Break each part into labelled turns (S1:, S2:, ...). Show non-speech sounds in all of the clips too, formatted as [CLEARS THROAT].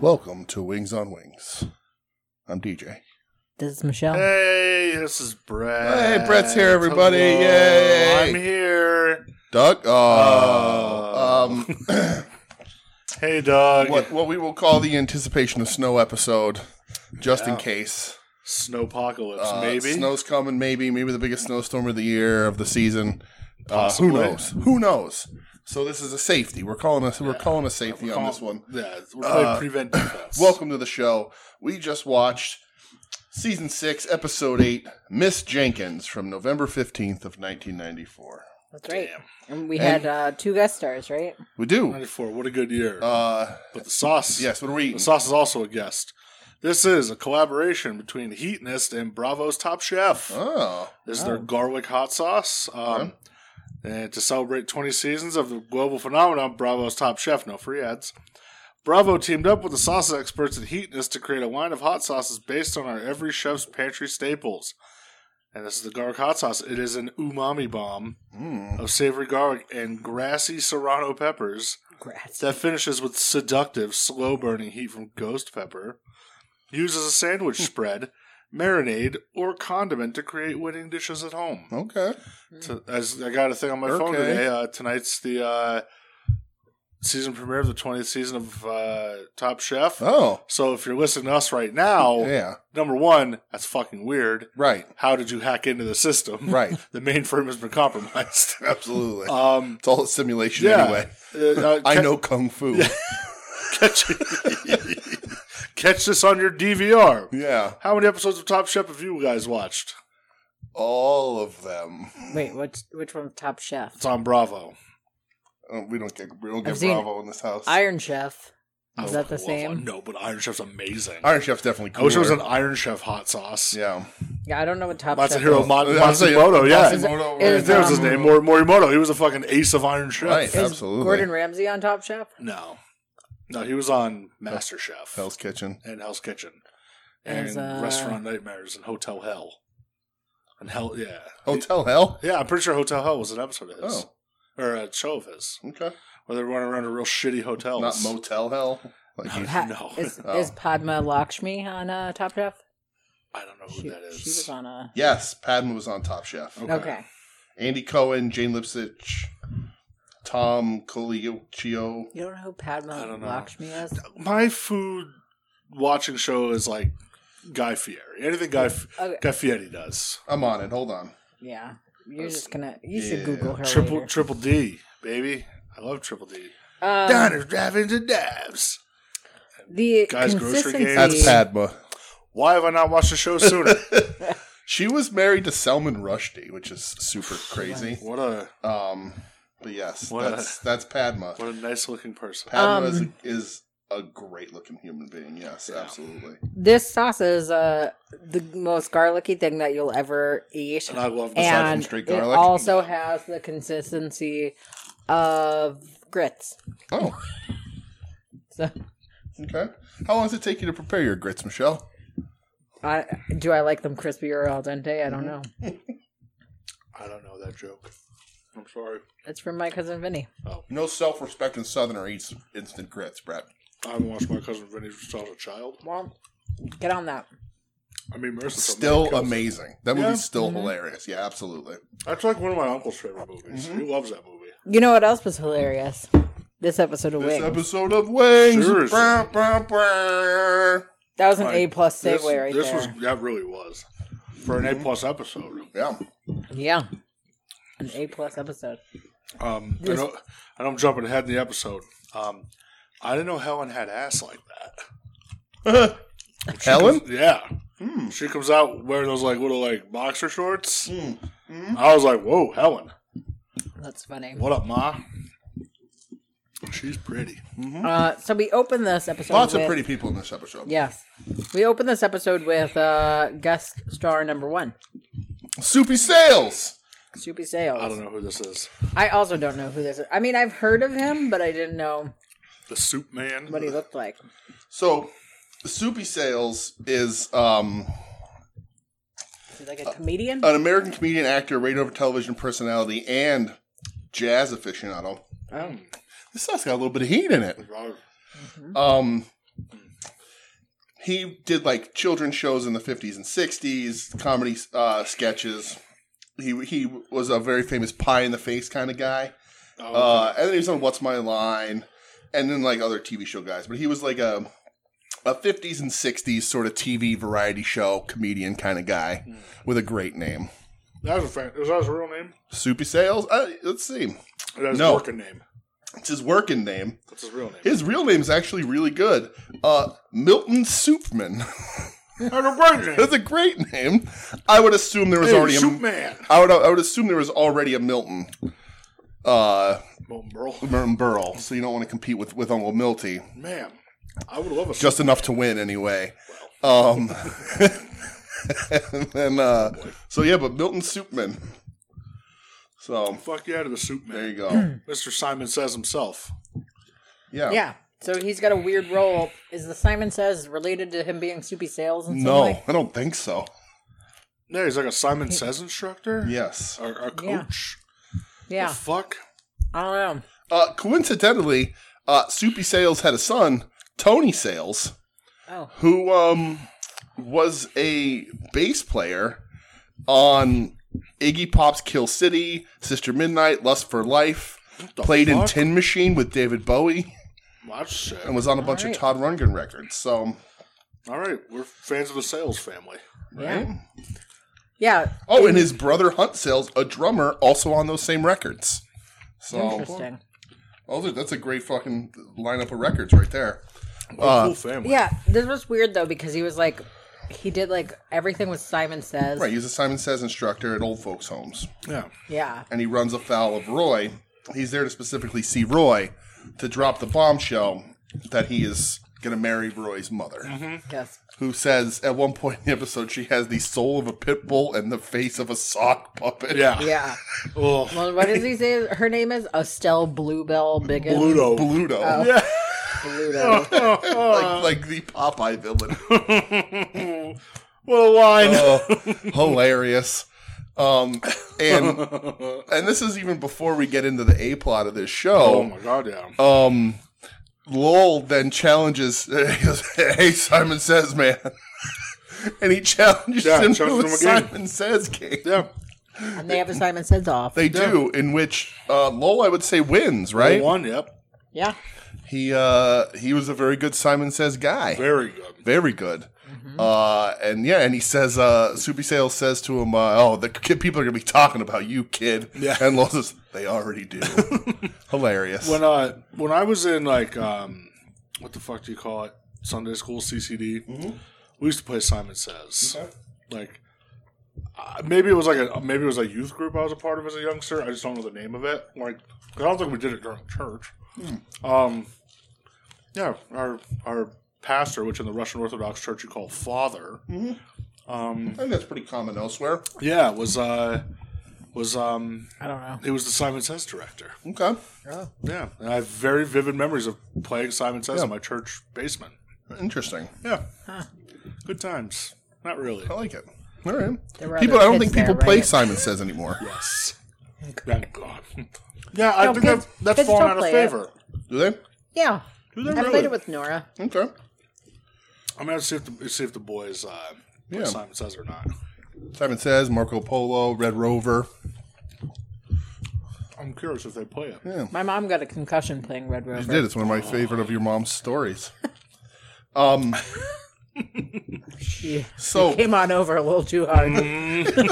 S1: Welcome to Wings on Wings. I'm DJ.
S2: This is Michelle.
S3: Eh, Hey, this is Brett.
S1: Hey, Brett's here, everybody.
S3: Hello.
S1: Yay. Uh,
S3: I'm here.
S1: Doug.
S3: Oh.
S1: Oh, um,
S3: Hey, Doug.
S1: what what we will call the anticipation of snow episode, just in
S3: Yeah.
S1: case.
S3: Snowpocalypse,
S1: Uh,
S3: maybe.
S1: snow's coming. Maybe maybe the biggest snowstorm of the year of the season. Uh, who
S3: Possibly.
S1: knows? Who knows? So this is a safety. We're calling us. We're calling a safety on this one.
S3: Yeah, we're playing
S1: Uh,
S3: prevent defense.
S1: Welcome to the show. We just watched season six, episode eight, Miss Jenkins from November fifteenth of nineteen ninety four.
S2: That's right.
S3: Damn.
S2: And we
S1: And-
S2: had uh, two guest stars, right?
S1: We do.
S3: 94. What a good year.
S1: Uh,
S3: but the sauce.
S1: yes, what are we
S3: The
S1: eating?
S3: sauce is also a guest. This is a collaboration between Heatnist and Bravo's Top Chef.
S1: Oh,
S3: This is
S2: Oh.
S3: their garlic hot sauce. Um, And to celebrate 20 seasons of the global phenomenon, Bravo's Top Chef, no free ads. Bravo teamed up with the sauce experts at Heatness to create a line of hot sauces based on our every chef's pantry staples. And this is the garlic hot sauce. It is an umami bomb
S1: Mm.
S3: of savory garlic and grassy serrano peppers
S2: Grass.
S3: that finishes with seductive, slow burning heat from ghost pepper. Use as a
S1: Hmm.
S3: sandwich spread, marinade, or condiment to create winning dishes at home.
S1: okay.
S3: To- as I got a thing on my
S1: Hmm.
S3: phone
S1: Okay.
S3: today. Uh, tonight's the uh, season premiere of the 20th season of uh, Top Chef.
S1: Oh,
S3: So if you're listening to us right now,
S1: yeah.
S3: number one, that's fucking weird.
S1: Right,
S3: How did you hack into the system?
S1: right.
S3: [LAUGHS]
S1: [LAUGHS]
S3: The mainframe has been compromised. [LAUGHS]
S1: Absolutely.
S3: um,
S1: it's all a simulation
S3: yeah.
S1: anyway.
S3: uh,
S1: [LAUGHS] I
S3: ca-
S1: know kung fu. Yeah.
S3: [LAUGHS] Yeah. Catch, [LAUGHS] catch this on your DVR. How many episodes of Top Chef have you guys watched?
S1: all of them.
S2: Wait, which which one? Top Chef,
S3: It's on Bravo.
S1: Uh, we don't get we don't get
S2: I've seen
S1: Bravo in this house.
S2: Iron Chef. Is
S3: Oh,
S2: that the
S3: well,
S2: same?
S3: No, but Iron Chef's amazing.
S1: Iron Chef's definitely
S3: I
S1: cool.
S3: wish it was an Iron Chef hot sauce.
S1: yeah.
S2: Yeah, I don't know what Top
S3: Lots
S2: Chef.
S3: of hero
S2: is.
S3: Mo-
S1: I was saying,
S3: Matsumoto,
S1: Matsumoto,
S3: yeah.
S2: Is-
S1: right.
S2: is,
S3: That was his
S2: Um,
S3: name, Mor- Morimoto. He was a fucking ace of Iron Chef.
S1: Right.
S2: Is
S1: Absolutely.
S2: Gordon Ramsay on Top Chef.
S3: No, no, he was on Master Chef
S1: Hell's Kitchen.
S3: and Hell's Kitchen and
S2: As, uh,
S3: Restaurant Nightmares and Hotel Hell and Hell. Yeah,
S1: Hotel Hell.
S3: yeah. I'm pretty sure Hotel Hell was an episode of his
S1: Oh,
S3: or a show of his
S1: okay.
S3: where they run around to real shitty hotels.
S1: Not Motel Hell. Like you-
S2: Pa-
S3: no. [LAUGHS]
S2: Is,
S1: Oh.
S2: is Padma Lakshmi on uh, Top Chef?
S3: I don't know who
S2: She,
S3: that is.
S2: she was on a.
S1: yes, Padma was on Top Chef.
S3: Okay.
S2: Okay.
S1: Andy Cohen, Jane Lipsitch, Tom Colicchio.
S2: You don't know who Padma
S3: I don't know.
S2: Lakshmi is?
S3: My food watching show is like Guy Fieri. Anything Guy F-
S2: Okay.
S3: Guy Fieri does.
S1: I'm on it. Hold on.
S2: Yeah. You're
S3: That's-
S2: just gonna. You should
S1: yeah.
S2: Google her.
S3: Triple
S2: later.
S3: Triple D, baby. I love Triple D.
S2: Um,
S3: Diners, driving to dabs.
S2: the
S3: Guys, grocery
S2: consistency.
S1: That's
S3: games.
S1: Padma.
S3: Why have I not watched the show
S1: [LAUGHS]
S3: sooner?
S1: She was married to Salman Rushdie, which is super crazy.
S3: what a
S1: Um, but yes,
S3: What?
S1: that's that's Padma.
S3: what a nice looking person.
S1: Padma
S2: Um,
S1: is, a, is a great looking human being. Yes,
S3: Yeah.
S1: absolutely.
S2: This sauce is uh, the most garlicky thing that you'll ever eat.
S3: And I love the
S1: Aside from
S2: and
S1: straight
S2: it
S1: garlic?
S2: also has the consistency of grits.
S1: Oh,
S2: So,
S1: okay. How long does it take you to prepare your grits, Michelle?
S2: I, do I like them crispy or al dente?
S1: Mm-hmm.
S2: I don't know.
S3: I don't know that joke. I'm sorry.
S2: It's from my cousin Vinny.
S1: No self respecting Southerner eats instant grits, Brett.
S3: I haven't watched my cousin Vinny since I was a child.
S2: Well, get on that.
S3: I mean, Marissa's
S1: Still
S3: amazing.
S1: amazing. That
S3: Yeah.
S1: movie's still hilarious. Yeah, absolutely.
S3: That's like one of my uncle's favorite movies.
S1: Mm-hmm.
S3: He loves that movie.
S2: You know what else was hilarious? This episode of
S1: This
S2: Wings.
S1: episode of Wings.
S3: Seriously.
S1: Brr, brr, brr.
S2: that was an
S3: Like,
S2: A plus
S3: This-
S2: segue right
S3: this
S2: there.
S3: was that really was for an
S1: Mm-hmm.
S3: A plus episode.
S1: Yeah.
S2: Yeah, an A plus episode.
S3: Um, I
S2: Yes.
S3: know, I know I'm jumping ahead in the episode. Um, I didn't know Helen had ass like that. She
S1: Helen?
S3: comes- yeah,
S1: Hmm.
S3: she comes out wearing those like little like boxer shorts.
S1: Hmm. Hmm.
S3: I was like, "Whoa, Helen,
S2: That's funny.
S3: what up, ma?" She's pretty.
S2: Uh, so we open this episode.
S1: Lots of
S2: with-
S1: pretty people in this episode.
S2: Yes. We open this episode with uh, guest star number one,
S1: Soupy Sales.
S2: Soupy Sales.
S3: I don't know who this is.
S2: I also don't know who this is. I mean, I've heard of him, but I didn't know
S3: The Soup Man.
S2: what he looked like.
S1: So, Soupy Sales is um,
S2: He's like a comedian.
S1: an American comedian, actor, radio and television personality, and jazz aficionado.
S3: Hmm.
S2: oh.
S1: This sauce got a little bit of heat in it.
S3: Robert-
S1: Um, he did like children's shows in the 50s and 60s, comedy uh, sketches. He he was a very famous pie in the face kind of guy.
S3: Oh,
S1: Uh, and then he was on What's My Line, and then like other TV show guys. But he was like a a 50s and 60s sort of TV variety show comedian kind of guy with a great name.
S3: that was a fan. Is that his real name?
S1: Soupy Sales. Uh, let's see.
S3: Or That's
S1: No.
S3: his working name.
S1: It's his working name.
S3: That's his real name.
S1: His real name is actually really good. Uh, Milton Soupman. [LAUGHS]
S3: That's a great name.
S1: That's a great name. I would assume there was already
S3: hey,
S1: a
S3: Soup Man.
S1: I would I would assume there was already a Milton, uh,
S3: Milton Berle.
S1: Merton Burl. So you don't want to compete with with Uncle Milty.
S3: Man, I would love a
S1: Just enough to win anyway. Um, [LAUGHS] and then, uh, so yeah, but Milton Soupman. So
S3: fuck you out of the Soup Man.
S1: there you [CLEARS THROAT] go.
S3: Mr. Simon says himself.
S1: Yeah.
S2: Yeah. So he's got a weird role. Is the Simon Says related to him being Soupy Sales and
S1: No,
S2: Way?
S1: I don't think so.
S3: No, he's like a Simon Says instructor.
S1: Yes.
S3: Or a coach.
S2: Yeah.
S3: The fuck.
S2: I don't know.
S1: Uh, coincidentally, uh, Soupy Sales had a son, Tony Sales.
S2: Oh.
S1: who um was a bass player on Iggy Pop's Kill City, Sister Midnight, Lust for Life,
S3: the
S1: played in
S3: fuck?
S1: Tin Machine with David Bowie,
S3: Watch shit.
S1: and was on a bunch
S2: Alright.
S1: of Todd Rundgren records. So,
S3: All right, we're fans of the Sales family.
S2: Yeah.
S1: right?
S2: Yeah.
S1: Oh, and his brother Hunt Sales, a drummer, also on those same records. So,
S2: Interesting.
S1: those are- that's a great fucking lineup of records right there.
S3: What
S1: Uh,
S3: a cool family.
S2: Yeah. This was weird though because he was like, he did like everything with Simon Says.
S1: Right, he's a Simon Says instructor at old folks' homes.
S3: Yeah.
S2: Yeah.
S1: and he runs afoul of Roy. He's there to specifically see Roy to drop the bombshell that he is going to marry Roy's mother,
S2: Yes.
S1: who says at one point in the episode she has the soul of a pit bull and the face of a sock puppet.
S3: Yeah.
S2: Yeah.
S3: Ugh.
S2: Well, what does he say? Her name is Estelle Bluebell Biggins.
S3: Pluto.
S1: Bluto,
S3: Yeah.
S1: [LAUGHS] like,
S2: Bluto.
S1: like the Popeye villain. Oh,
S3: What a
S1: Uh,
S3: line.
S1: hilarious. Um, and and this is even before we get into the a plot of this
S3: oh
S1: show.
S3: my god, yeah.
S1: Um, Lowell then challenges. [LAUGHS] He goes, "Hey, Simon Says, man," and he challenges
S3: Yeah,
S1: him to a
S3: challenges him again.
S1: Simon Says game.
S3: yeah.
S2: And they have a Simon Says off.
S1: They do, in which uh, Lowell, I would say, wins. Right?
S3: One, yep.
S2: yeah.
S1: He uh, he was a very good Simon Says guy,
S3: Very good.
S1: very good. Uh, and yeah, and he says, uh, Soupy Sales says to him, uh, "Oh, the kid, people are gonna be talking about you, kid."
S3: Yeah.
S1: and Lowell says, "They already
S3: [LAUGHS]
S1: do." Hilarious.
S3: When uh when I was in like um what the fuck do you call it? Sunday school CCD. We used to play Simon Says. Like uh, maybe it was like a maybe it was a youth group I was a part of as a youngster. I just don't know the name of it. Like 'cause I don't think we did it during church. Um, yeah, our our pastor, which in the Russian Orthodox Church you call father,
S1: I think that's pretty common elsewhere.
S3: yeah, was uh was um
S2: I don't know.
S3: he was the Simon Says director.
S1: Okay.
S3: Yeah, and I have very vivid memories of playing Simon Says in my church basement.
S1: Interesting.
S3: Yeah, good times. Not really.
S1: I like it. All right.
S2: There were
S1: People, I
S2: other
S1: don't
S2: kids
S1: think people
S2: there,
S1: play
S2: right?
S1: Simon Says anymore.
S3: Yes. Thank God. Yeah, I
S2: No,
S3: think
S2: kids-
S3: that's that's
S2: kids
S3: fallen
S2: don't
S3: out of
S2: play
S3: favor.
S1: Do they?
S2: Yeah.
S3: Do they
S2: I
S3: really?
S2: played it with Nora.
S1: Okay.
S3: I'm gonna see if the see if the boys uh, play
S1: Yeah.
S3: Simon Says or not.
S1: Simon Says, Marco Polo, Red Rover.
S3: I'm curious if they play it.
S2: My mom got a concussion playing Red Rover.
S1: You did. It's one of my favorite of your mom's
S2: [LAUGHS]
S1: stories. Um,
S2: She
S1: So,
S2: came on over a little too hard.
S1: Mm-hmm.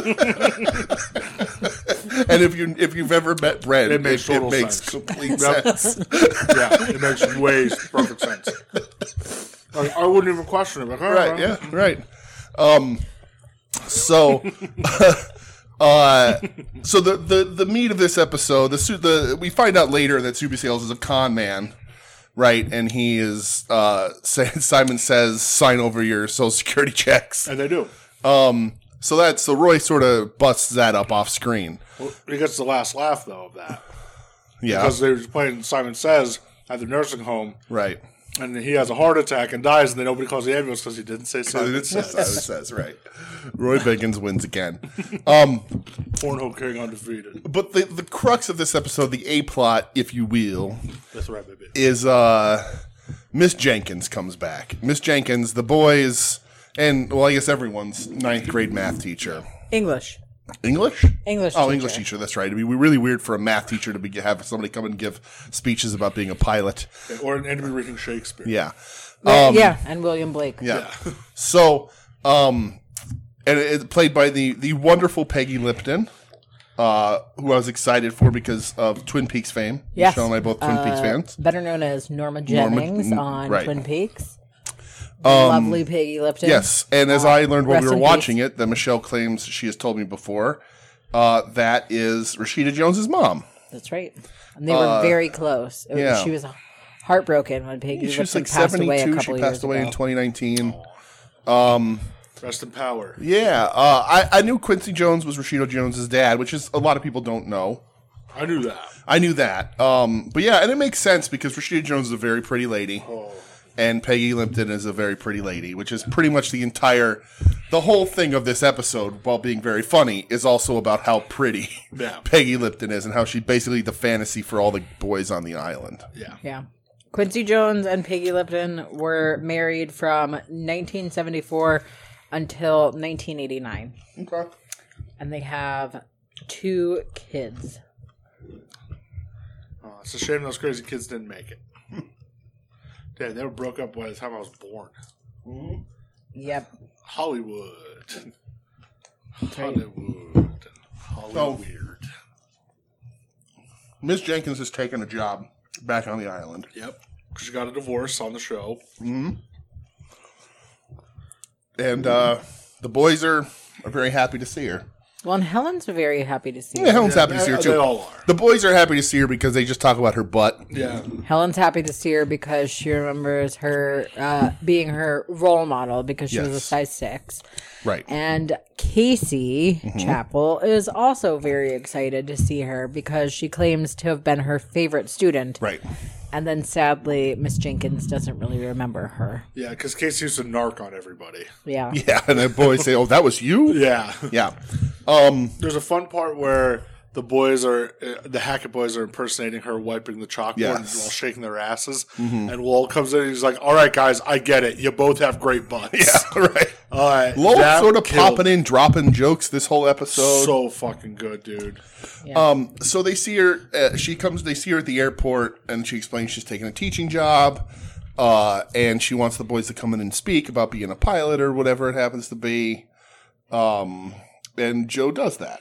S1: and if you if you've ever met Brent,
S3: It
S1: it
S3: makes
S1: makes,
S3: total sense.
S1: complete
S3: Yep.
S1: sense.
S3: Yeah, it makes way perfect sense. [LAUGHS] Like, I wouldn't even question it. Like, all
S1: right.
S3: right,
S1: Yeah. Right. Um. So. [LAUGHS] Uh, so the, the the meat of this episode, the su- the we find out later that Super Sales is a con man, right? And he is uh, [LAUGHS] say, Simon says sign over your social security checks.
S3: and they do.
S1: So that's so Roy sort of busts that up off screen.
S3: Well, he gets the last laugh though of that
S1: Yeah,
S3: because they were playing Simon Says at the nursing home,
S1: right.
S3: and he has a heart attack and dies, and then nobody calls the ambulance because he didn't say
S1: It
S3: Simon
S1: is
S3: Says.
S1: what Simon says right. Roy Biggins wins again. Um,
S3: Pornhole King undefeated.
S1: but the the crux of this episode, the a plot, if you will,
S3: That's right, baby.
S1: is uh Miss Jenkins comes back. Miss Jenkins, the boys, and well, I guess everyone's ninth grade math teacher.
S2: English.
S1: English?
S2: English
S1: Oh,
S2: teacher.
S1: English teacher. That's right. It'd be really weird for a math teacher to be, have somebody come and give speeches about being a pilot.
S3: Or an enemy reading Shakespeare.
S1: Yeah.
S2: yeah, and William Blake.
S1: Um, Yeah. So, um, and it, it played by the the wonderful Peggy Lipton, uh, who I was excited for because of Twin Peaks fame.
S2: Yes. Uh,
S1: Michelle and I both Twin Peaks fans.
S2: Better known as Norma Jennings
S1: n-
S2: on
S1: mm, right. Um,
S2: Twin Peaks. The Lovely Peggy Lipton.
S1: Yes, and as I learned while
S2: rest
S1: we were
S2: in
S1: watching it, that Michelle claims she has told me before, uh, that is Rashida Jones's mom.
S2: That's right. And they were very close. It was-
S1: Uh, yeah.
S2: She was heartbroken when Peggy
S1: She was
S2: Lipton
S1: like
S2: passed away a
S1: seventy-two. She
S2: couple years
S1: passed away
S2: ago.
S1: in twenty nineteen.
S3: Rest in power.
S1: Yeah, uh, I, I knew Quincy Jones was Rashida Jones's dad, which is a lot of people don't know.
S3: I knew that.
S1: I knew that. Um, but yeah, and it makes sense because Rashida Jones is a very pretty lady.
S3: Oh.
S1: And Peggy Limpton is a very pretty lady, which is pretty much the entire, the whole thing of this episode, while being very funny, is also about how pretty
S3: [LAUGHS] Yeah.
S1: Peggy Lipton is and how she's basically the fantasy for all the boys on the island.
S3: Yeah.
S2: Yeah. Quincy Jones and Peggy Lipton were married from 1974 until 1989.
S1: Okay.
S2: And they have two kids.
S3: Oh, it's a shame those crazy kids didn't make [LAUGHS] it. Damn, they were broke up by the time I was born.
S2: Yep.
S3: Hollywood.
S2: right.
S3: Hollywood. Hollywood.
S1: Miss Jenkins has taken a job back on the island.
S3: Yep. She got a divorce on the show.
S1: And uh, the boys are, are very happy to see her.
S2: Well, and Helen's very happy to see
S1: Yeah,
S2: her.
S1: Helen's happy to see her
S3: they-
S1: too.
S3: they all are.
S1: The boys are happy to see her because they just talk about her butt.
S3: Yeah.
S2: Helen's happy to see her because she remembers her uh, being her role model because she was a
S1: Yes.
S2: size six.
S1: Right.
S2: And Casey
S1: Mm-hmm.
S2: Chapel is also very excited to see her because she claims to have been her favorite student.
S1: Right.
S2: And then sadly, Miss Jenkins doesn't really remember her.
S3: Yeah, because Casey used to narc on everybody.
S2: Yeah.
S1: [LAUGHS] Yeah, and the boys say, "Oh, that was you."
S3: Yeah.
S1: Yeah. Um.
S3: There's a fun part where the boys are, uh, the Hackett boys are impersonating her wiping the chalkboard
S1: Yes. Mm-hmm.
S3: while shaking their asses. And Lowell comes in and he's like, all right, guys, I get it. You both have great butts.
S1: [LAUGHS] Yeah.
S3: [LAUGHS]
S1: Right.
S3: All right.
S1: Lowell's
S3: that
S1: sort of
S3: killed
S1: popping in, dropping jokes this whole episode. So,
S3: So fucking good, dude.
S1: um, so they see her. Uh, she comes. They see her at the airport, and she explains she's taking a teaching job, uh, and she wants the boys to come in and speak about being a pilot or whatever it happens to be. Um, and Joe does that.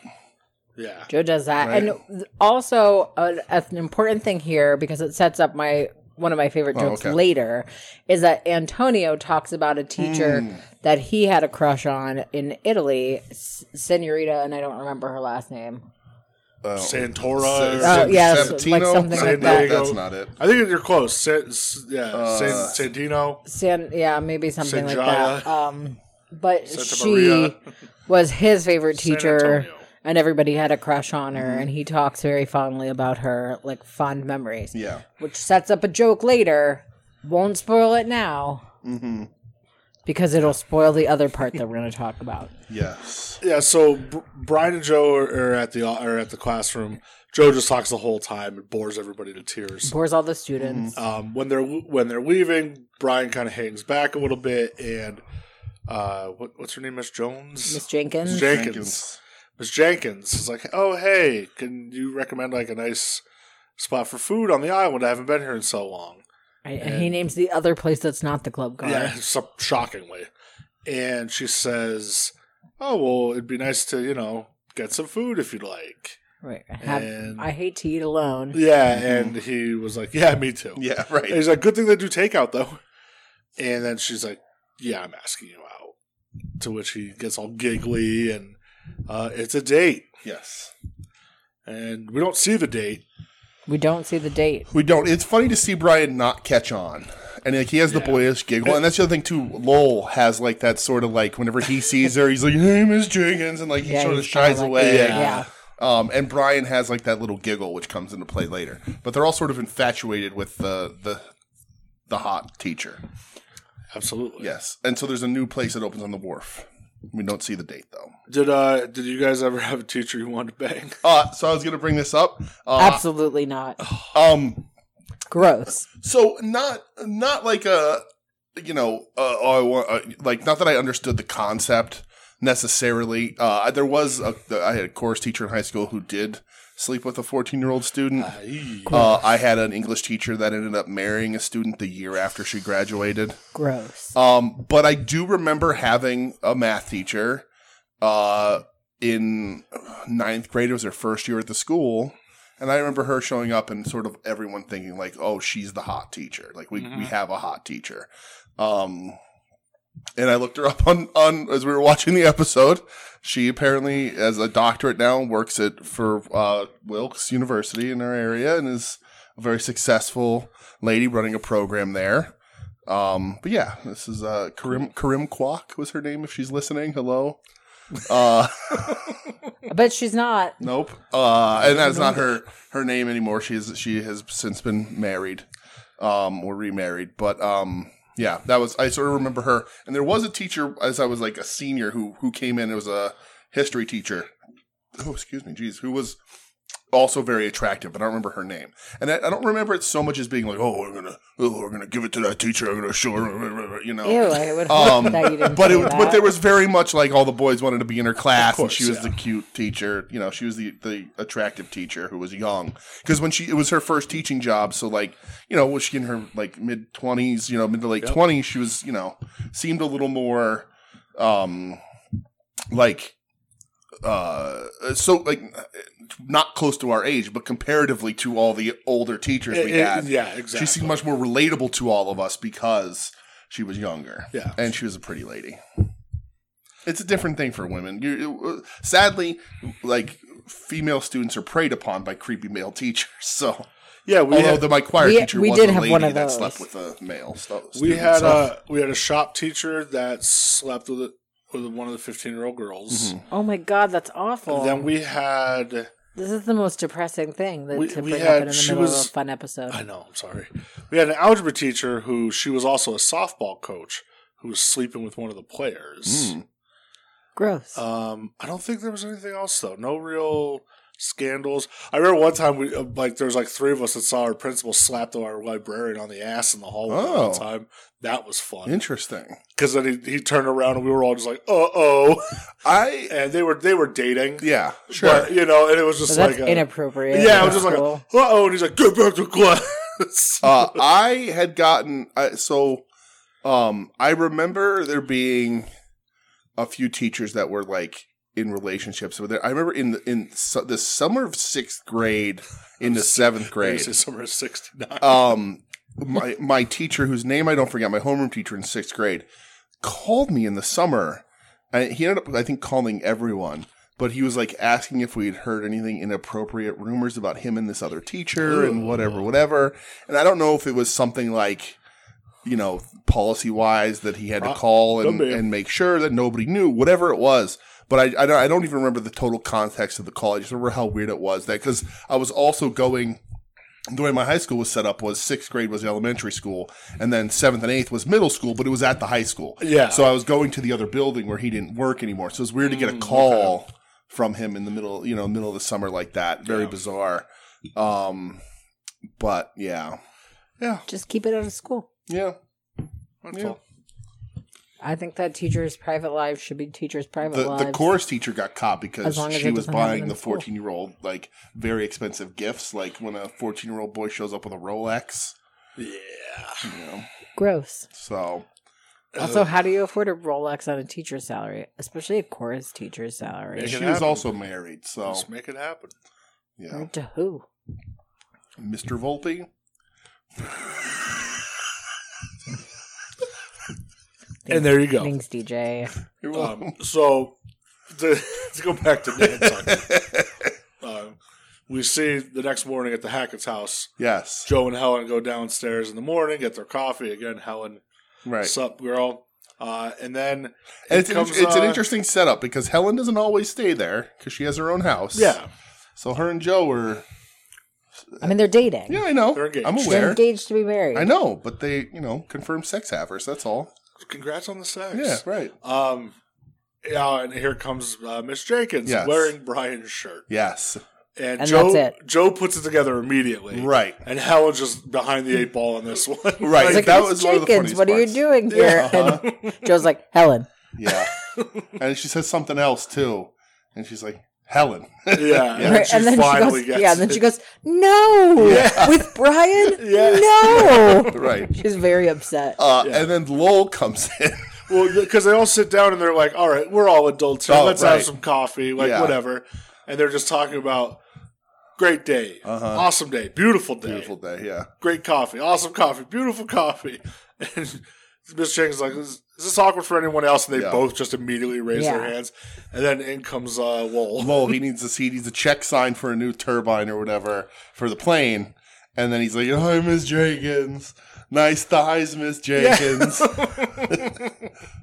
S3: Yeah.
S2: Joe does that. And th- also, an, an important thing here because it sets up my one of my favorite jokes
S1: okay.
S2: later is that Antonio talks about a teacher that he had a crush on in Italy, S- Senorita, and I don't remember her last name.
S3: Santora.
S1: Oh, Sa-
S3: or-
S2: Oh, yeah, so- like
S1: Sabatino?
S2: something
S1: San
S2: like that.
S1: Diego? That's not it. Uh,
S3: I think you're close. San, s- yeah, San, Santino.
S2: San, yeah, maybe something like
S3: Sanjaya.
S2: that. Um, but she
S3: Maria.
S2: was his favorite teacher,
S3: Antonio.
S2: and everybody had a crush on her, and he talks very fondly about her, like fond memories.
S1: Yeah.
S2: which sets up a joke later. Won't spoil it now. Because it'll spoil the other part that we're going to talk about.
S1: Yes.
S3: Yeah, so Br- Brian and Joe are, are at the are at the classroom. Joe just talks the whole time and bores everybody to tears.
S2: Pours all the students. Uh,
S3: Um, when they're when they're leaving, Brian kind of hangs back a little bit, and uh, what, what's her name? Miss Jones.
S2: Miss Jenkins.
S3: Jenkins. Miss Jenkins is like, "Oh, hey, can you recommend like a nice spot for food on the island? I haven't been here in so long."
S2: Right, and he names the other place that's not the club car.
S3: Yeah, so, shockingly. And she says, "Oh well, it'd be nice to you know get some food if you'd like."
S2: Right. Have-
S3: And-
S2: I Mm-hmm. hate to eat alone.
S3: Yeah, and he was like, "Yeah, me too."
S1: Yeah.
S3: And
S1: Right.
S3: he's like, "Good thing they do takeout though." And then she's like, "Yeah, I'm asking you out." To which he gets all giggly, and uh, it's a date,
S1: Yes.
S3: and we don't see the date.
S2: We don't see the date.
S1: We don't. It's funny to see Brian not catch on. And like he has the boyish giggle, and that's the other thing too. Lowell has like that sort of like whenever he sees her, he's like, "Hey, Miss Jenkins," and like he
S2: Yeah,
S1: sort of
S2: he's kinda
S1: shies
S2: like-
S1: away.
S3: Yeah.
S2: Yeah.
S1: Um, and Brian has like that little giggle, which comes into play later. But they're all sort of infatuated with the the the hot teacher.
S3: Absolutely.
S1: Yes, and so there's a new place that opens on the wharf. We don't see the date though.
S3: Did uh did you guys ever have
S1: [LAUGHS]
S3: a teacher you wanted to bang?
S1: Uh, so I was gonna bring this up. Uh,
S2: Absolutely not.
S1: um,
S2: gross.
S1: So not not like a you know uh, oh, I want, uh, like not that I understood the concept necessarily. Uh, there was a I had a chorus teacher in high school who did sleep with a 14 year old student.
S3: Ah,
S1: Uh, I had an English teacher that ended up marrying a student the year after she graduated.
S2: Gross.
S1: Um, but I do remember having a math teacher uh, in ninth grade. It was her first year at the school. And I remember her showing up and sort of everyone thinking, like, oh, she's the hot teacher. Like, we, we have a hot teacher. Um, and I looked her up on, on as we were watching the episode. She apparently, as a doctorate now, works at for uh, Wilkes University in her area and is a very successful lady running a program there. Um, but yeah, this is uh, Karim Karim Kwok was her name. If she's listening, hello. Uh,
S2: But she's not.
S1: nope. Uh, and that's not her her name anymore. She is she has since been married, um, or remarried. But um, yeah, that was I sort of remember her. And there was a teacher as I was like a senior who who came in. It was a history teacher. Oh, excuse me, jeez, who was also very attractive, but I don't remember her name. And I, I don't remember it so much as being like, oh, we're gonna, oh, we're gonna give it to that teacher. I'm gonna show her, you know.
S2: Ew, I would hope
S1: Um,
S2: that you
S1: [LAUGHS]
S2: didn't.
S1: but
S2: say
S1: it,
S2: that.
S1: but there was very much like all the boys wanted to be in her class, and
S3: course,
S1: she was
S3: yeah.
S1: the cute teacher. You know, she was the the attractive teacher who was young because when she it was her first teaching job, so like you know was she in her like mid twenties, you know mid to late twenties, she was you know seemed a little more um like uh so like not close to our age but comparatively to all the older teachers we
S3: It- it-
S1: had
S3: yeah, exactly.
S1: she seemed much more relatable to all of us because she was younger.
S3: Yeah.
S1: And she was a pretty lady. It's a different thing for women. You, uh, sadly, like female students are preyed upon by creepy male teachers. So,
S3: yeah, we
S1: although
S3: had,
S1: the, my choir
S2: we-
S1: teacher
S2: we
S1: was did
S2: did
S1: a
S2: have
S1: lady
S2: one of
S1: that
S2: those.
S1: slept with a male. Stu-
S3: we
S1: student,
S3: had uh,
S1: so-
S3: a we had a shop teacher that slept with with one of the fifteen year old girls.
S1: Mm-hmm.
S2: oh my god, that's awful.
S3: Then we had
S2: this is the most depressing thing that
S3: We-
S2: to
S3: we
S2: bring
S3: had-
S2: up in the
S3: she
S2: middle
S3: was-
S2: of a fun episode.
S3: I know, I'm sorry. We had an algebra teacher who she was also a softball coach who was sleeping with one of the players.
S1: Mm.
S2: Gross.
S3: Um, I don't think there was anything else though. No real scandals. I remember one time we uh, like there was like three of us that saw our principal slap our librarian on the ass in the hallway
S1: Oh.
S3: one time. That was fun
S1: Interesting.
S3: because then he, he turned around and we were all just like, "Uh oh,"
S1: I,
S3: [LAUGHS] and they were they were dating.
S1: yeah, sure.
S3: But, you know, and it was just
S2: But that's
S3: like a,
S2: inappropriate.
S3: yeah, it
S2: That's
S3: was just like,
S2: cool.
S3: "Uh oh," and he's like, "Get back to
S1: [LAUGHS] Oh,
S3: class."
S1: uh, I had gotten I so um, I remember there being a few teachers that were like in relationships with it. I remember in the, in su- the summer of sixth grade into seventh grade.
S3: This is summer of '69.
S1: Um, my my teacher, whose name I don't forget, my homeroom teacher in sixth grade, called me in the summer. I, he ended up, I think, calling everyone. But he was like asking if we had heard anything inappropriate rumors about him and this other teacher and whatever, whatever. And I don't know if it was something like, you know, policy wise that he had to
S3: Pro-
S1: call and,
S3: Uh, could be.
S1: and make sure that nobody knew, whatever it was. But I, I, don't, I don't even remember the total context of the call. I just remember how weird it was that because I was also going the way my high school was set up was sixth grade was elementary school, and then seventh and eighth was middle school, but it was at the high school.
S3: Yeah.
S1: So I was going to the other building where he didn't work anymore. So it was weird to get
S3: Mm,
S1: a call from him in the middle, you know, middle of the summer like that. Very bizarre. Um, but yeah, yeah,
S2: just keep it out of school.
S1: yeah.
S3: That's
S1: yeah.
S3: all.
S2: I think that teachers' private lives should be teachers' private
S1: The,
S2: lives.
S1: the chorus teacher got caught because
S2: As long as
S1: she
S2: it
S1: was
S2: doesn't happen
S1: buying
S2: in
S1: the
S2: school.
S1: 14 year old like very expensive gifts, like when a 14 year old boy shows up with a Rolex.
S3: Yeah.
S1: You know,
S2: Gross.
S1: so
S2: Also, how do you afford a Rolex on a teacher's salary, especially a chorus teacher's salary?
S3: Make
S1: she
S3: it
S1: was
S3: happen.
S1: also married. So
S3: Just make it happen.
S1: yeah.
S2: To who?
S1: Mr. Volpe.
S3: And there you go.
S2: Thanks, DJ.
S1: Oh.
S3: Um,
S1: [LAUGHS]
S3: so to, [LAUGHS] to go back to Nantucket,
S1: [LAUGHS]
S3: um, we see the next morning at the Hackett's house,
S1: yes.
S3: Joe and Helen go downstairs in the morning, get their coffee. Again, Helen,
S1: Right.
S3: sup, girl. Uh, and then
S1: and it's,
S3: it
S1: an-
S3: comes,
S1: it's an
S3: uh,
S1: interesting setup because Helen doesn't always stay there because she has her own house.
S3: Yeah.
S1: So her and Joe are.
S2: I mean, they're dating.
S1: Yeah, I know.
S3: They're engaged.
S1: I'm
S2: They're
S1: aware.
S2: engaged to be married.
S1: I know, but they, you know, confirm sex havers. That's all.
S3: Congrats on the sex.
S1: Yeah, right.
S3: Um, yeah, and here comes uh, Miss Jenkins
S1: Yes.
S3: wearing Brian's shirt.
S1: Yes.
S3: And,
S2: And
S3: Joe
S2: that's
S3: Joe puts it together immediately.
S1: Right.
S3: And Helen's just behind the eight ball on this one.
S1: Right.
S2: It's like,
S1: that
S2: "Miss
S1: was one of the
S2: Jenkins,
S1: funniest
S2: what are you
S1: parts.
S2: doing here?
S1: uh-huh.
S2: And Joe's like, Helen.
S3: [LAUGHS]
S1: Yeah. and she says something else too. And she's like, Helen.
S3: [LAUGHS]
S1: [LAUGHS]
S3: yeah.
S1: Yeah.
S2: Right,
S3: she
S2: and then she
S3: finally
S2: goes,
S3: gets
S2: yeah, and then
S3: it.
S2: she goes, no, with
S1: [LAUGHS]
S2: Brian,
S3: Yeah.
S2: no.
S3: [LAUGHS]
S1: right.
S2: She's very upset.
S1: Uh,
S3: Yeah.
S1: And then Lowell comes in. [LAUGHS]
S3: Well, because they all sit down and they're like, "All right, we're all adults here.
S1: Oh,
S3: Let's
S1: right.
S3: have some coffee, like
S1: Yeah.
S3: whatever." And they're just talking about great day, awesome day, beautiful day,
S1: Uh-huh. Beautiful day, yeah.
S3: great coffee, awesome coffee, beautiful coffee. [LAUGHS] And Miss Jenkins is like, is, "Is this awkward for anyone else?" And they
S1: Yeah.
S3: both just immediately raise their
S2: Yeah.
S3: hands. And then in comes uh, Lowell.
S1: Lowell, oh, he needs this. He needs a check sign for a new turbine or whatever for the plane. And then he's like, "Hi, Miss Jenkins. Nice thighs, Miss
S3: [LAUGHS]
S1: Jenkins."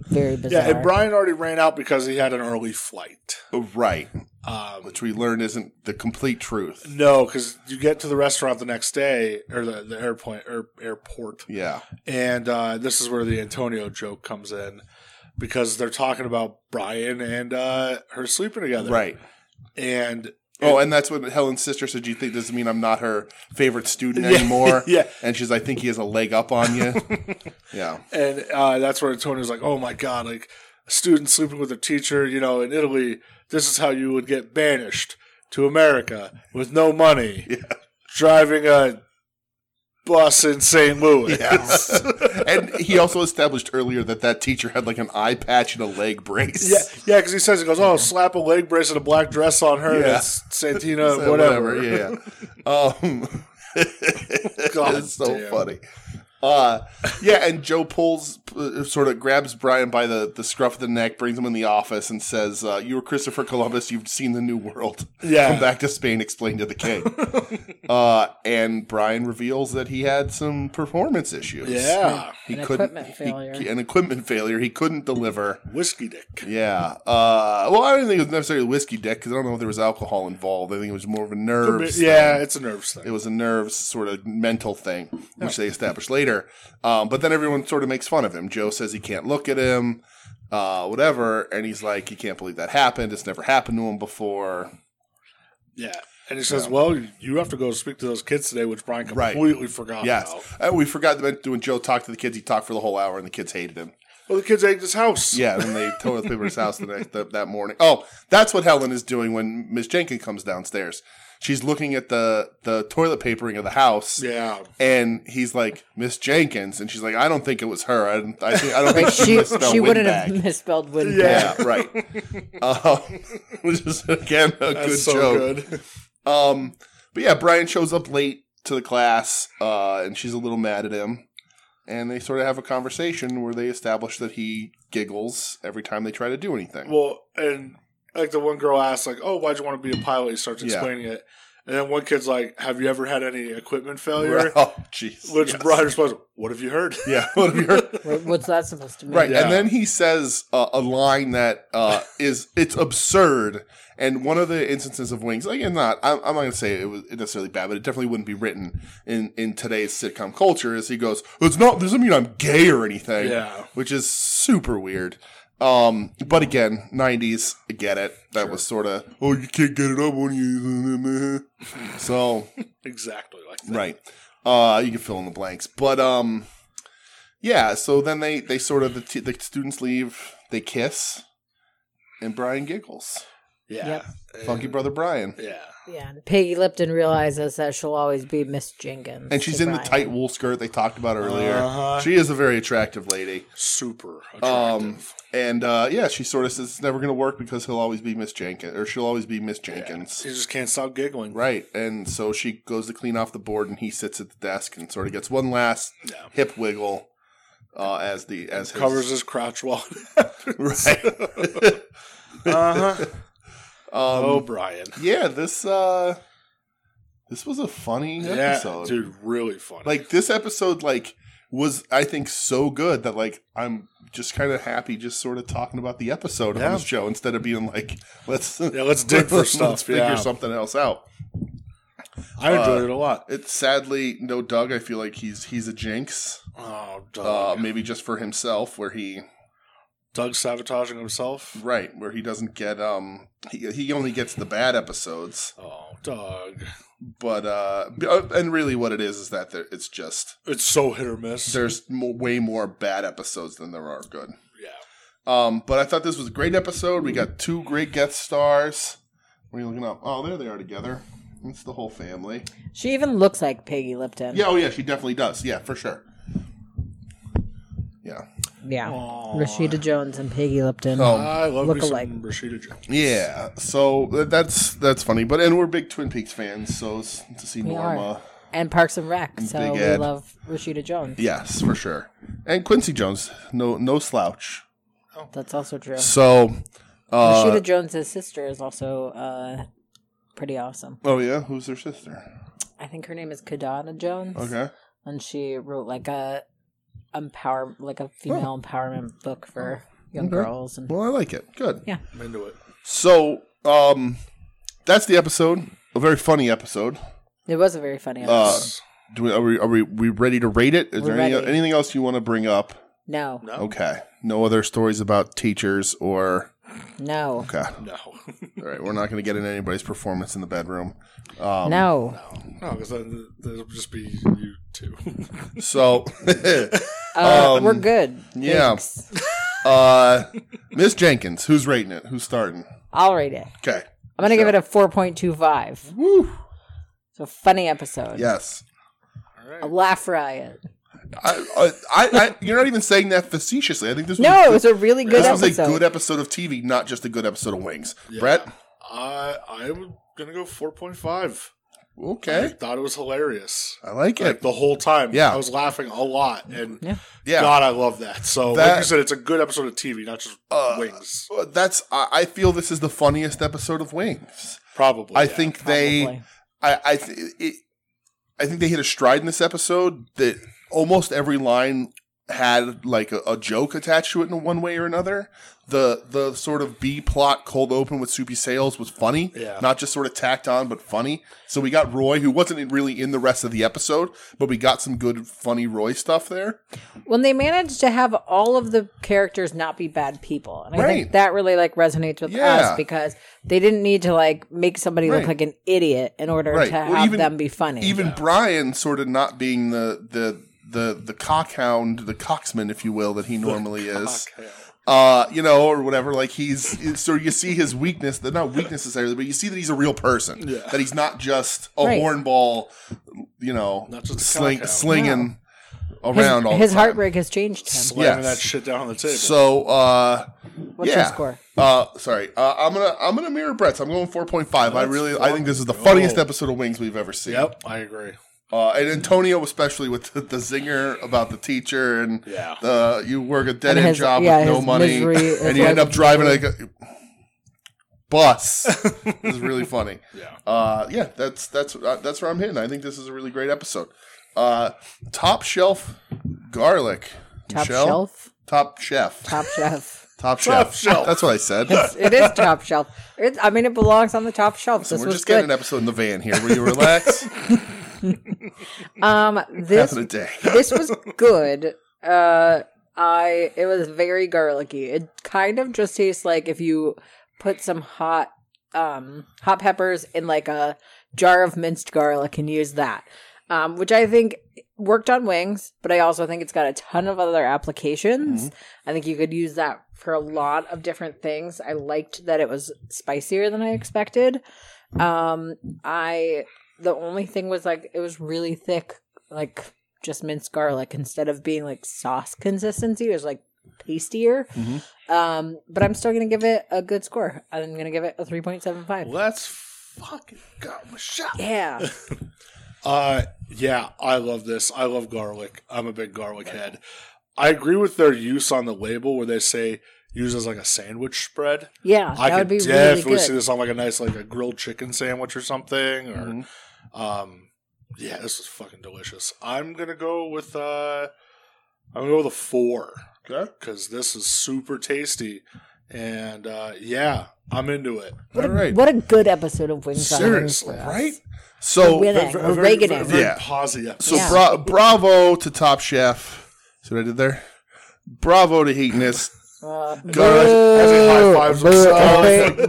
S2: very bizarre.
S3: [LAUGHS] Yeah, and Brian already ran out because he had an early flight.
S1: right,
S3: Um,
S1: which we learn isn't the complete truth.
S3: no, because you get to the restaurant the next day, or the, the airport, or airport,
S1: Yeah,
S3: And uh, this is where the Antonio joke comes in because they're talking about Brian and uh, her sleeping together.
S1: right.
S3: And
S1: Oh, and that's what Helen's sister said. Do you think does it mean I'm not her favorite student anymore?
S3: yeah. [LAUGHS]
S1: And she's, I think he has a leg up on you. yeah,
S3: and uh, that's where Antonio's like, oh my God, like a student sleeping with a teacher, you know, in Italy, this is how you would get banished to America with
S1: [LAUGHS]
S3: no money, driving a bus in St. Louis.
S1: [LAUGHS] and he also established earlier that that teacher had like an eye patch and a leg brace.
S3: [LAUGHS] Yeah, yeah, because he says he goes, "Oh, slap a leg brace and a black dress on her."
S1: Yeah.
S3: That's Santina,
S1: [LAUGHS] So
S3: Uh, whatever.
S1: Yeah. Um,
S3: [LAUGHS] God
S1: [LAUGHS] it's so
S3: Oh, damn.
S1: funny. Uh, yeah, and Joe pulls, uh, sort of grabs Brian by the, the scruff of the neck, brings him in the office, and says, uh, "You were Christopher Columbus. You've seen the New World.
S3: Yeah.
S1: come back to Spain. Explain to the
S3: [LAUGHS]
S1: king." uh, and Brian reveals that he had some performance issues.
S3: Yeah.
S1: he
S2: An
S1: couldn't.
S2: equipment
S1: he-
S2: failure.
S1: an equipment failure. He couldn't deliver.
S3: whiskey dick.
S1: Yeah. Uh, well, I don't think it was necessarily whiskey dick because I don't know if there was alcohol involved. I think it was more of a nerves.
S3: Yeah, it's a nerves thing.
S1: It was a nerves sort of mental thing, which they established later. Um, but then everyone sort of makes fun of him. Joe says he can't look at him, uh, whatever, and he's like, "You can't believe that happened. It's never happened to him before."
S3: Yeah. And he says, Well, you have to go speak to those kids today, which Brian
S1: Right.
S3: completely forgot
S1: Yes,
S3: about.
S1: and we forgot that when Joe talked to the kids, he talked for the whole hour, and the kids hated him.
S3: Well, the kids ate his
S1: [LAUGHS]
S3: house.
S1: Yeah, and they tore the paper's house the next the, that morning. Oh, that's what Helen is doing when Miss Jenkins comes downstairs. She's looking at the the toilet papering of the house.
S3: Yeah.
S1: And he's like Miss Jenkins, and she's like, "I don't think it was her. I, don't- I think I
S2: [LAUGHS]
S1: don't think she,
S2: she
S1: misspelled
S2: she wouldn't
S1: windbag."
S2: [LAUGHS] have misspelled windbag.
S1: Yeah, right. um, [LAUGHS] which is again a
S3: That's
S1: good
S3: so
S1: joke.
S3: good. [LAUGHS]
S1: Um, but yeah, Brian shows up late to the class, uh, and she's a little mad at him. And they sort of have a conversation where they establish that he giggles every time they try to do anything.
S3: Well, and like the one girl asked, like, Oh, why'd you want to be a pilot? He starts
S1: Yeah.
S3: explaining it. And then one kid's like, Have you ever had any equipment failure?
S1: [LAUGHS] Oh, jeez.
S3: [LAUGHS] Which
S1: Yes.
S3: Brian responds, What have you heard?
S1: Yeah, [LAUGHS] what have you heard?
S2: Wh- What's that supposed to mean?
S1: Right,
S3: Yeah.
S1: and then he says uh, a line that uh, is it's absurd. And one of the instances of Wings, again, not I'm, I'm not going to say it was necessarily bad, but it definitely wouldn't be written in in today's sitcom culture. Is he goes, "It's not doesn't mean I'm gay or anything,"
S3: [LAUGHS] Yeah.
S1: which is super weird. Um, but again, '90s, I get it. That was sort of oh, you can't get it up when you [LAUGHS] so
S3: Exactly like that.
S1: right uh you can fill in the blanks but um yeah so then they they sort of the, t- the students leave they kiss and brian giggles
S3: Yeah.
S2: Yep.
S1: funky brother brian
S3: Yeah.
S2: Yeah, and Peggy Lipton realizes that she'll always be Miss Jenkins,
S1: and she's
S2: to
S1: in the
S2: Brian.
S1: tight wool skirt they talked about earlier
S3: Uh-huh.
S1: she is a very attractive lady
S3: Super attractive.
S1: um and uh yeah she sort of says it's never gonna work because he'll always be miss jenkins or she'll always be miss jenkins
S3: he just can't stop giggling.
S1: Right, and so she goes to clean off the board, and he sits at the desk and sort of gets one last
S3: Yeah.
S1: hip wiggle uh, as the as his-
S3: Covers his crotch wall. [LAUGHS]
S1: Right.
S2: Uh-huh.
S3: uh huh.
S1: Um,
S3: oh, Brian.
S1: [LAUGHS] yeah, this uh, this was a funny episode.
S3: dude, really funny.
S1: Like this episode, like was I think so good that like I'm just kind of happy just sort of talking about the episode on
S3: Yeah.
S1: this show instead of being like let's [LAUGHS]
S3: Yeah, let's dig for
S1: let's
S3: stuff,
S1: figure
S3: yeah.
S1: something else out.
S3: I enjoyed it a lot.
S1: It's sadly no Doug. I feel like he's he's a jinx.
S3: Oh,
S1: Uh,
S3: dog.
S1: maybe just for himself, where he
S3: Doug sabotaging himself.
S1: Right, where he doesn't get um he, he only gets the bad episodes,
S3: Oh, Doug.
S1: but uh b- uh, and really what it is is that there, it's just
S3: It's so hit or miss.
S1: there's mo- way more bad episodes than there are good.
S3: yeah.
S1: Um, but I thought this was a great episode. We got two great guest stars. What are you looking up? Oh, there they are together. It's the whole family.
S2: She even looks like Peggy Lipton.
S1: Yeah, oh yeah, she definitely does. Yeah, for sure. Yeah.
S2: Yeah. Rashida Jones and Peggy Lipton.
S1: Um,
S3: I love
S2: Look
S3: me some
S2: alike.
S3: Rashida Jones.
S1: yeah. So th- that's that's funny. But and we're big Twin Peaks fans, so s- to see
S2: are.
S1: Norma.
S2: And Parks and Rec. So
S1: Big
S2: we
S1: Ed.
S2: love Rashida Jones.
S1: Yes, for sure. And Quincy Jones, no no slouch.
S2: That's also true.
S1: So uh,
S2: Rashida Jones' sister is also uh, pretty awesome.
S1: Oh yeah, who's their sister?
S2: I think her name is Kadana Jones.
S1: Okay.
S2: And she wrote like a empower like a female empowerment book for young girls and
S1: Oh. Well I like it. Good.
S2: yeah.
S3: I'm into it.
S1: So um that's the episode. A very funny episode.
S2: It was a very funny episode.
S1: Uh, do we, are we are we, we ready to rate it? Is
S2: We're
S1: there any,
S2: ready.
S1: anything else you want to bring up?
S2: no, no.
S3: No.
S1: Okay. No other stories about teachers or
S2: No.
S1: okay.
S3: [LAUGHS] No. [LAUGHS]
S1: All right, we're not going to get into anybody's performance in the bedroom. Um,
S3: no, because that'll just be you [LAUGHS] two.
S1: So, [LAUGHS]
S2: Uh, we're good.
S1: um, yeah.
S2: Thanks.
S1: uh, Miss Jenkins, who's rating it? Who's starting?
S2: I'll rate it.
S1: Okay.
S2: I'm gonna give it a four point two five.
S1: Woo.
S2: So funny episode.
S1: Yes.
S2: A laugh riot.
S1: I, I, I, I, you're not even saying that facetiously. I think this
S2: No, it
S1: was,
S2: was a really good
S1: this was
S2: episode.
S1: a good episode of TV, not just a good episode of Wings. Brett,
S3: I I'm gonna go four point five. I
S1: okay,
S3: thought it was hilarious.
S1: I like
S3: Like
S1: it.
S3: the whole time.
S1: Yeah.
S3: I was laughing a lot and
S2: Yeah.
S1: Yeah.
S3: God I love that. Uh, So like
S1: That-
S3: you said, it's a good episode of TV, not just wings.
S1: Well, That's I, I feel this is the funniest episode of Wings.
S3: Probably.
S1: I
S3: yeah.
S1: think they,
S2: probably.
S1: I, I, th- it, I think they hit a stride in this episode that almost every line had like a, a joke attached to it in one way or another. The the sort of B plot cold open with Soupy Sales was funny,
S3: Yeah.
S1: not just sort of tacked on, but funny. So we got Roy, who wasn't in- really in the rest of the episode, but we got some good funny Roy stuff there.
S2: when they managed to have all of the characters not be bad people and i
S1: Right.
S2: think that really like resonates with
S1: Yeah.
S2: us because they didn't need to like make somebody
S1: Right.
S2: look like an idiot in order
S1: Right.
S2: to
S1: Well,
S2: have
S1: even-
S2: them be funny
S1: even Brian sort of not being the the the the cockhound, the coxman, if you will, that he normally is. Uh, you know, or whatever. Like he's it's- so you see his weakness. They're not weakness necessarily, but you see that he's a real person.
S3: Yeah.
S1: That he's not just a
S2: Right.
S1: hornball. You know,
S3: Not just a
S1: sling,
S3: cockhound.
S1: slinging
S2: his,
S1: around all
S2: his
S1: the time.
S2: heartbreak has changed him
S3: Slamming
S1: Yes.
S3: that shit down on the table.
S1: So, uh,
S2: what's
S1: yeah.
S2: your score
S1: Uh, sorry, uh, I'm gonna I'm gonna mirror Brett's. I'm going 4.5. I really I think this is the funniest episode of Wings we've ever seen.
S3: yep, I agree.
S1: Uh, and Antonio, especially with the, the zinger about the teacher and
S3: Yeah.
S1: the, you work a dead
S2: And
S1: end
S2: his-
S1: job
S2: yeah,
S1: with no
S2: his
S1: money,
S2: misery is
S1: and you
S2: like
S1: end up driving like a
S3: [LAUGHS]
S1: bus. this is really funny.
S3: Yeah.
S1: Uh, yeah, that's that's uh, that's where I'm hitting. I think this is a really great episode. Uh, top shelf garlic.
S2: top
S1: Michelle?
S2: shelf
S1: Top chef. Top,
S2: top chef
S1: chef.
S3: shelf.
S1: That's what I said.
S2: [LAUGHS] it is top shelf it, i mean it belongs on the top shelf this
S1: We're
S2: was
S1: just
S2: good
S1: getting an episode in the van here where you
S2: [LAUGHS]
S1: relax,
S2: um
S1: half
S2: this
S1: of the
S2: [LAUGHS]
S1: day.
S2: this was good. Uh I it was very garlicky. It kind of just tastes like if you put some hot um hot peppers in like a jar of minced garlic and use that. Um which I think worked on wings, but I also think it's got a ton of other applications.
S3: Mm-hmm.
S2: I think you could use that for a lot of different things. I liked that it was spicier than I expected. Um I the only thing was like it was really thick like just minced garlic instead of being like sauce consistency. It was like pastier.
S3: Mm-hmm.
S2: Um, but I'm still gonna give it a good score. I'm gonna give it a 3.75.
S3: Let's fucking go, Michelle.
S2: Yeah,
S3: Uh, yeah, I love this. I love garlic. I'm a big garlic head. I agree with their use on the label where they say use as like a sandwich spread.
S2: yeah,
S3: I
S2: that would
S3: could
S2: be really
S3: definitely
S2: good.
S3: see this on like a nice like a grilled chicken sandwich or something. Or, um, yeah, this is fucking delicious. I'm gonna go with uh, I'm gonna go with a four
S1: Okay.
S3: because this is super tasty, and uh, yeah, I'm into it.
S1: All right.
S2: What a good episode of Wings on Wings
S3: Seriously,
S2: for us.
S1: Right. So
S2: We're winning.
S3: Very-
S2: We're
S3: very-
S2: rigging
S3: very-
S2: it.
S3: very
S1: Yeah.
S3: posy episode.
S1: So
S2: Yeah.
S1: bra- bravo to Top Chef. See what I did there? Bravo to Heatness.
S2: Uh,
S1: Garlic
S3: has a high fives with
S1: garlic,
S3: garlic.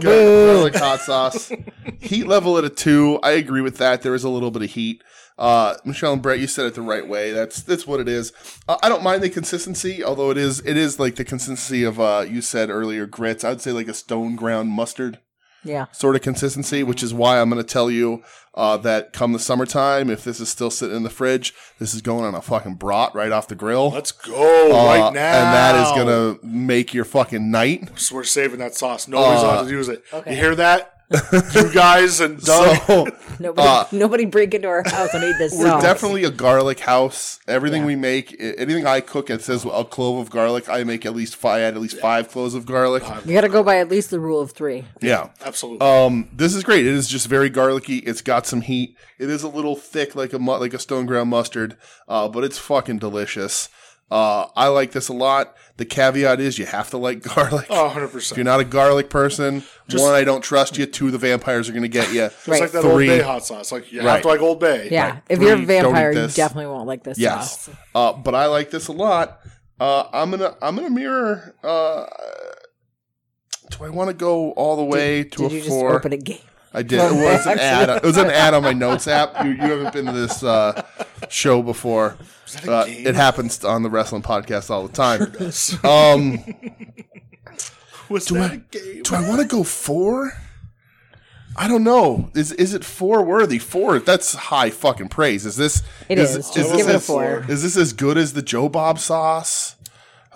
S1: garlic, garlic hot sauce. Heat level at a two. I agree with that. There is a little bit of heat. Uh, Michelle and Brett, you said it the right way. That's that's what it is. Uh, I don't mind the consistency, although it is it is like the consistency of uh, you said earlier grits. I'd say like a stone ground mustard
S2: yeah.
S1: sort of consistency, which is why I'm going to tell you uh, that come the summertime, if this is still sitting in the fridge, this is going on a fucking brat right off the grill.
S3: [LAUGHS] Let's go
S1: Uh,
S3: right now.
S1: And that is going to make your fucking night.
S3: So we're saving that sauce. Nobody's
S1: Uh,
S3: allowed to use it.
S2: okay.
S3: You hear that?
S1: [LAUGHS]
S3: you guys and Doug. [LAUGHS]
S1: So
S2: Nobody,
S1: Uh,
S2: nobody break into our house and eat this.
S1: [LAUGHS] we're
S2: sauce.
S1: definitely a garlic house. Everything we make, i- anything I cook, it says a clove of garlic. I make at least five, I add at least five cloves of garlic.
S2: You got to go by at least the rule of three.
S1: Yeah.
S3: Absolutely.
S1: Um, this is great. It is just very garlicky. It's got some heat. It is a little thick, like a mu- like a stone ground mustard, uh, but it's fucking delicious. Uh, I like this a lot. The caveat is you have to like [LAUGHS] garlic.
S3: oh, 100%.
S1: If you're not a garlic person, one, I don't trust you. Two, the vampires are going to get you.
S3: It's
S2: Right.
S3: like that
S1: Three.
S3: Old Bay hot sauce. Like you
S1: Right.
S3: have to like Old Bay.
S2: Yeah.
S1: Like,
S2: if you're a
S1: three, don't eat
S2: vampire, you
S1: this.
S2: definitely won't like this
S1: Yes,
S2: sauce.
S1: uh, but I like this a lot. Uh, I'm gonna I'm gonna mirror. Uh, do I want to go all the way to
S2: Did
S1: a
S2: you just
S1: four?
S2: open a game?
S1: I did. It was
S2: [LAUGHS]
S1: an ad. It was an ad on my notes app. You, you haven't been to this uh, show before.
S3: that a
S1: Uh,
S3: game?
S1: it happens on the wrestling podcast all the time. Um,
S3: Was that a game?
S1: do I want to go four? I don't know. Is is it four worthy? Four? That's high fucking praise. Is this?
S2: It
S1: is-
S2: is.
S1: is
S2: Just
S1: this
S2: give it a
S1: as-
S2: four.
S1: Is this as good as the Joe Bob sauce?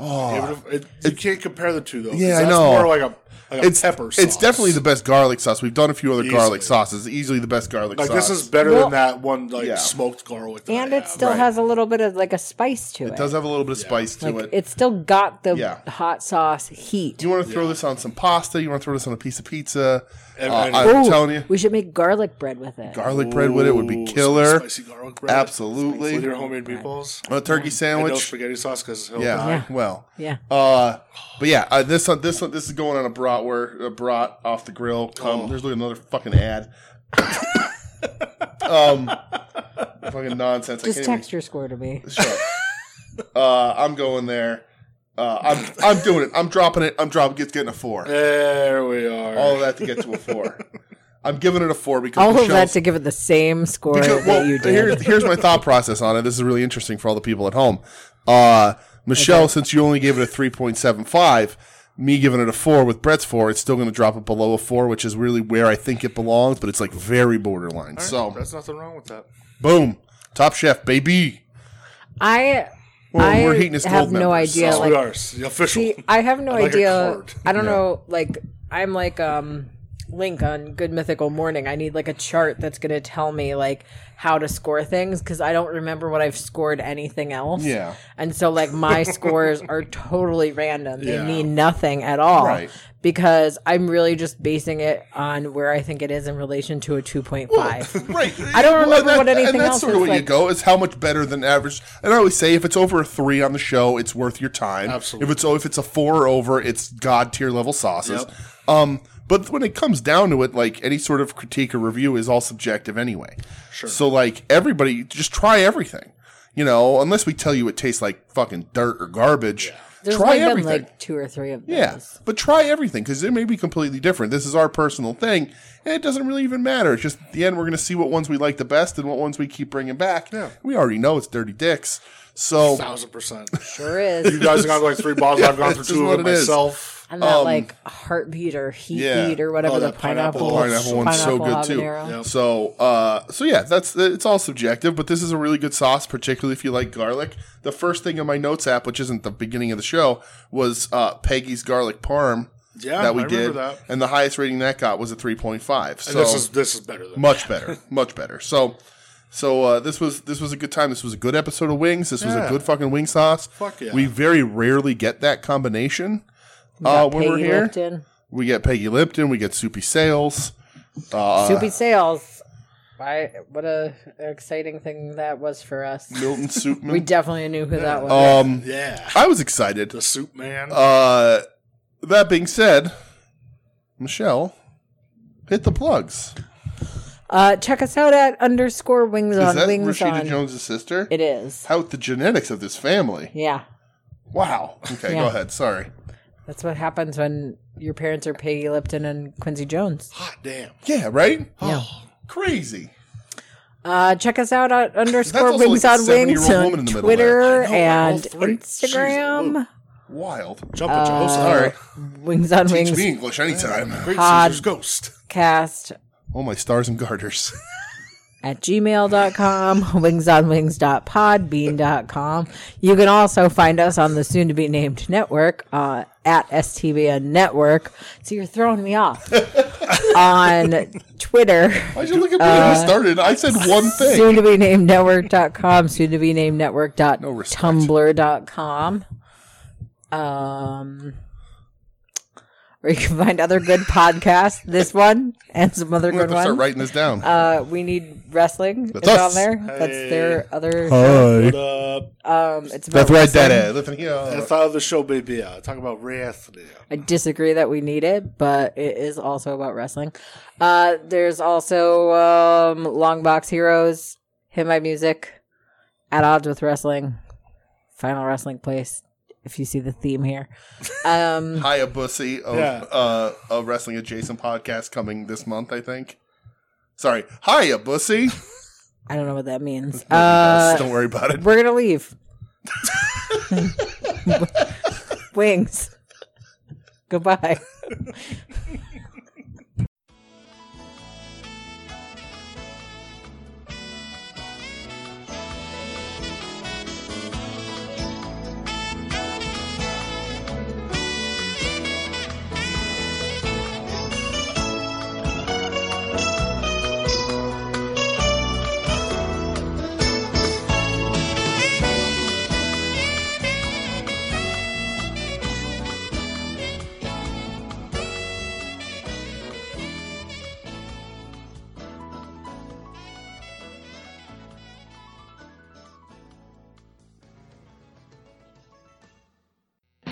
S3: Yeah, but it- you can't compare the two though. 'cause
S1: Yeah, I
S3: that's
S1: know.
S3: More like a like a
S1: it's
S3: pepper. Sauce.
S1: It's definitely the best garlic sauce. We've done a few other garlic
S3: Easily.
S1: sauces. Easily the best garlic
S3: like
S1: sauce.
S3: this is better
S2: Well-
S3: than that one like
S1: Yeah.
S3: smoked garlic. that
S2: And
S3: I
S2: it
S3: have.
S2: still has a little bit of like a spice to it.
S1: it does have a little bit of spice to
S2: like,
S1: it.
S2: it's still got the
S1: Yeah.
S2: hot sauce heat.
S1: Do you want to throw this on some pasta? You want to throw this on a piece of pizza?
S3: And-
S1: Uh,
S3: and-
S1: I'm
S2: Ooh,
S1: telling you,
S2: We should make garlic bread with it.
S1: garlic bread with it would be
S3: Ooh, some
S1: killer.
S3: Spicy garlic bread. With your
S1: Absolutely,
S3: homemade meatballs.
S1: a turkey
S3: And no
S1: sandwich.
S3: spaghetti sauce because
S1: Yeah,
S2: Yeah.
S1: well,
S2: yeah.
S1: uh, but yeah, uh, this one, this one, this is going on a brat where a brat off the grill. Come,
S3: Oh.
S1: there's like another fucking ad. [COUGHS]
S3: [LAUGHS]
S1: um, fucking nonsense. I
S2: Just
S1: can't even
S2: text your score to me.
S1: Sure. uh, I'm going there. Uh, I'm I'm doing it. I'm dropping it. I'm dropping. It's getting a four.
S3: There we are.
S1: All of that to get to a four. I'm giving it a four because
S2: All of that
S1: Michelle's-
S2: to give it the same score
S1: because-
S2: that
S1: well,
S2: you did.
S1: here's here's my thought process on it. This is really interesting for all the people at home. Uh, Michelle, since you only gave it a three point seven five. Me giving it a four with Brett's four, it's still going to drop it below a four, which is really where I think it belongs, but it's like very borderline. So,
S3: There's nothing wrong with that.
S1: boom, Top Chef, baby.
S2: I
S1: Well,
S2: I
S1: we're heating his
S2: have
S1: gold
S2: no
S1: members,
S2: idea.
S1: so-
S3: That's
S2: like,
S3: what ours. The official.
S2: [LAUGHS]
S3: [LAUGHS]
S2: See, I have no
S3: I'd like a
S2: idea.
S3: card.
S2: I don't know. Like, I'm like um Link on Good Mythical Morning. I need like a chart that's gonna tell me like how to score things because I don't remember what I've scored anything else.
S1: Yeah.
S2: And so
S1: [LAUGHS]
S2: like my scores are totally random. They
S3: Yeah.
S2: mean nothing at all.
S1: Right.
S2: Because I'm really just basing it on where I think it is in relation to a 2.5.
S1: [LAUGHS] Right.
S2: I don't remember
S1: that-
S2: what anything
S1: and that's
S2: else
S1: sort of
S2: is
S1: where you
S2: like.
S1: go is how much better than average. And I always say if it's over a three on the show, it's worth your time.
S3: Absolutely.
S1: If it's if it's a four or over, it's god tier level sauces.
S3: Yep.
S1: Um, but when it comes down to it, like any sort of critique or review is all subjective anyway. Sure. So like everybody, just try everything. You know, unless we tell you it tastes like fucking dirt or garbage,
S2: There's
S1: try
S2: only
S1: everything.
S2: been like two or three of those.
S1: Yeah, but try everything because it may be completely different. This is our personal thing, and it doesn't really even matter. It's just at the end we're going to see what ones we like the best and what ones we keep bringing back. Yeah, we already know it's dirty dicks. So
S3: Thousand percent.
S2: Sure
S1: [LAUGHS]
S2: is.
S3: You guys have gone through like three bottles. I've gone through
S1: this is
S3: two
S1: what
S3: of them
S1: it is.
S3: myself.
S2: And that like heartbeat or heat
S1: Um, Yeah.
S2: beat or whatever
S3: Oh,
S2: the
S3: that pineapple-
S2: pineapple
S1: pineapple one's so good
S2: pineapple
S1: too.
S2: habanero.
S3: Yep.
S1: So uh, so yeah, that's it's all subjective, but this is a really good sauce, particularly if you like garlic. The first thing in my notes app, which isn't the beginning of the show, was uh, Peggy's garlic parm.
S3: Yeah,
S1: that we
S3: I remember
S1: did,
S3: that.
S1: and the highest rating that got was a three point five. So
S3: This is this is better than
S1: much
S3: [LAUGHS]
S1: better, much better. So, so uh, this was this was a good time. This was a good episode of Wings. This was a
S3: Yeah.
S1: good fucking wing sauce.
S3: Fuck yeah.
S1: We very rarely get that combination uh, when we're
S2: Peggy
S1: here.
S2: Lipton.
S1: We get Peggy Lipton. We get Soupy Sales. uh,
S2: Soupy Sales. I, what a exciting thing that was for us.
S1: [LAUGHS] Milton Soupman.
S2: We definitely knew who that was.
S1: um,
S3: Yeah.
S1: I was excited.
S3: The soup man.
S1: Uh, that being said, Michelle, hit the plugs.
S2: Uh, check us out at underscore wings
S1: Is
S2: on
S1: that
S2: wings
S1: Rashida
S2: on.
S1: Jones' sister?
S2: It is.
S1: How the genetics of this family?
S2: Yeah.
S1: Wow. Okay,
S2: Yeah.
S1: go ahead. Sorry.
S2: That's what happens when your parents are Peggy Lipton and Quincy Jones.
S3: Hot damn.
S1: Yeah, right?
S2: Yeah.
S1: Oh, [GASPS] crazy.
S2: Uh, check us out at underscore
S1: also
S2: wings
S1: like a
S2: on wings
S1: 70-year-old woman
S2: on
S1: in the middle
S2: Twitter
S1: there. I know, oh. all
S2: and
S1: three.
S2: Instagram.
S1: Wild.
S3: Jump at your host.
S1: Sorry.
S2: Wings on
S1: Teach me
S2: wings
S1: English anytime.
S3: Great
S2: Pod.
S3: Caesar's ghost.
S2: cast
S1: [LAUGHS] All my stars and garters.
S2: at gmail.com, [LAUGHS] wingsonwings.podbean.com. You can also find us on the soon to be named network uh, at STBN Network. So you're throwing
S1: [LAUGHS]
S2: me off. on Twitter,
S1: [LAUGHS] Why'd you look at me Uh, when you started? I [LAUGHS] said one thing.
S2: soon to be named network.com, soon to be named
S1: No respect.
S2: network.tumblr.com. Um, where you can find other good podcasts, this one and some other
S1: I'm going
S2: good
S1: to have to start
S2: ones.
S1: writing this down.
S2: Uh, we need wrestling. is
S1: us.
S2: on there. That's their other.
S3: What up?
S2: Um, it's about
S1: That's right,
S2: wrestling.
S1: that is. Listen here.
S3: That's how the show, baby. Uh, talk about wrestling.
S2: I disagree that we need it, but it is also about wrestling. Uh, there's also um, Longbox Heroes, Hit My Music, At Odds with Wrestling, Final Wrestling Place. If you see the
S1: [LAUGHS]
S2: theme here, um,
S1: Hi, a bussy of
S3: Yeah.
S1: uh, a wrestling adjacent podcast coming this month, I think. Sorry, hi, a bussy.
S2: I don't know what that means.
S1: [LAUGHS] Don't
S2: Uh,
S1: worry about it.
S2: we're
S1: [LAUGHS]
S2: gonna leave. Wings. Goodbye.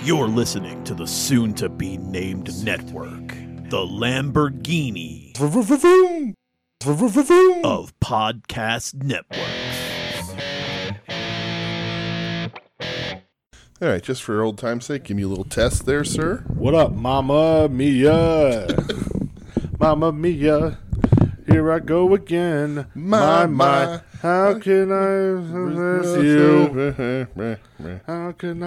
S4: You're listening to the soon to be named network, the Lamborghini of Podcast Networks.
S1: All right, just for old time's sake, give me a little test there, sir.
S3: What up, Mama Mia? Mama Mia. Here I go again.
S1: My, my. [LAUGHS]
S3: How can I miss you? How can I?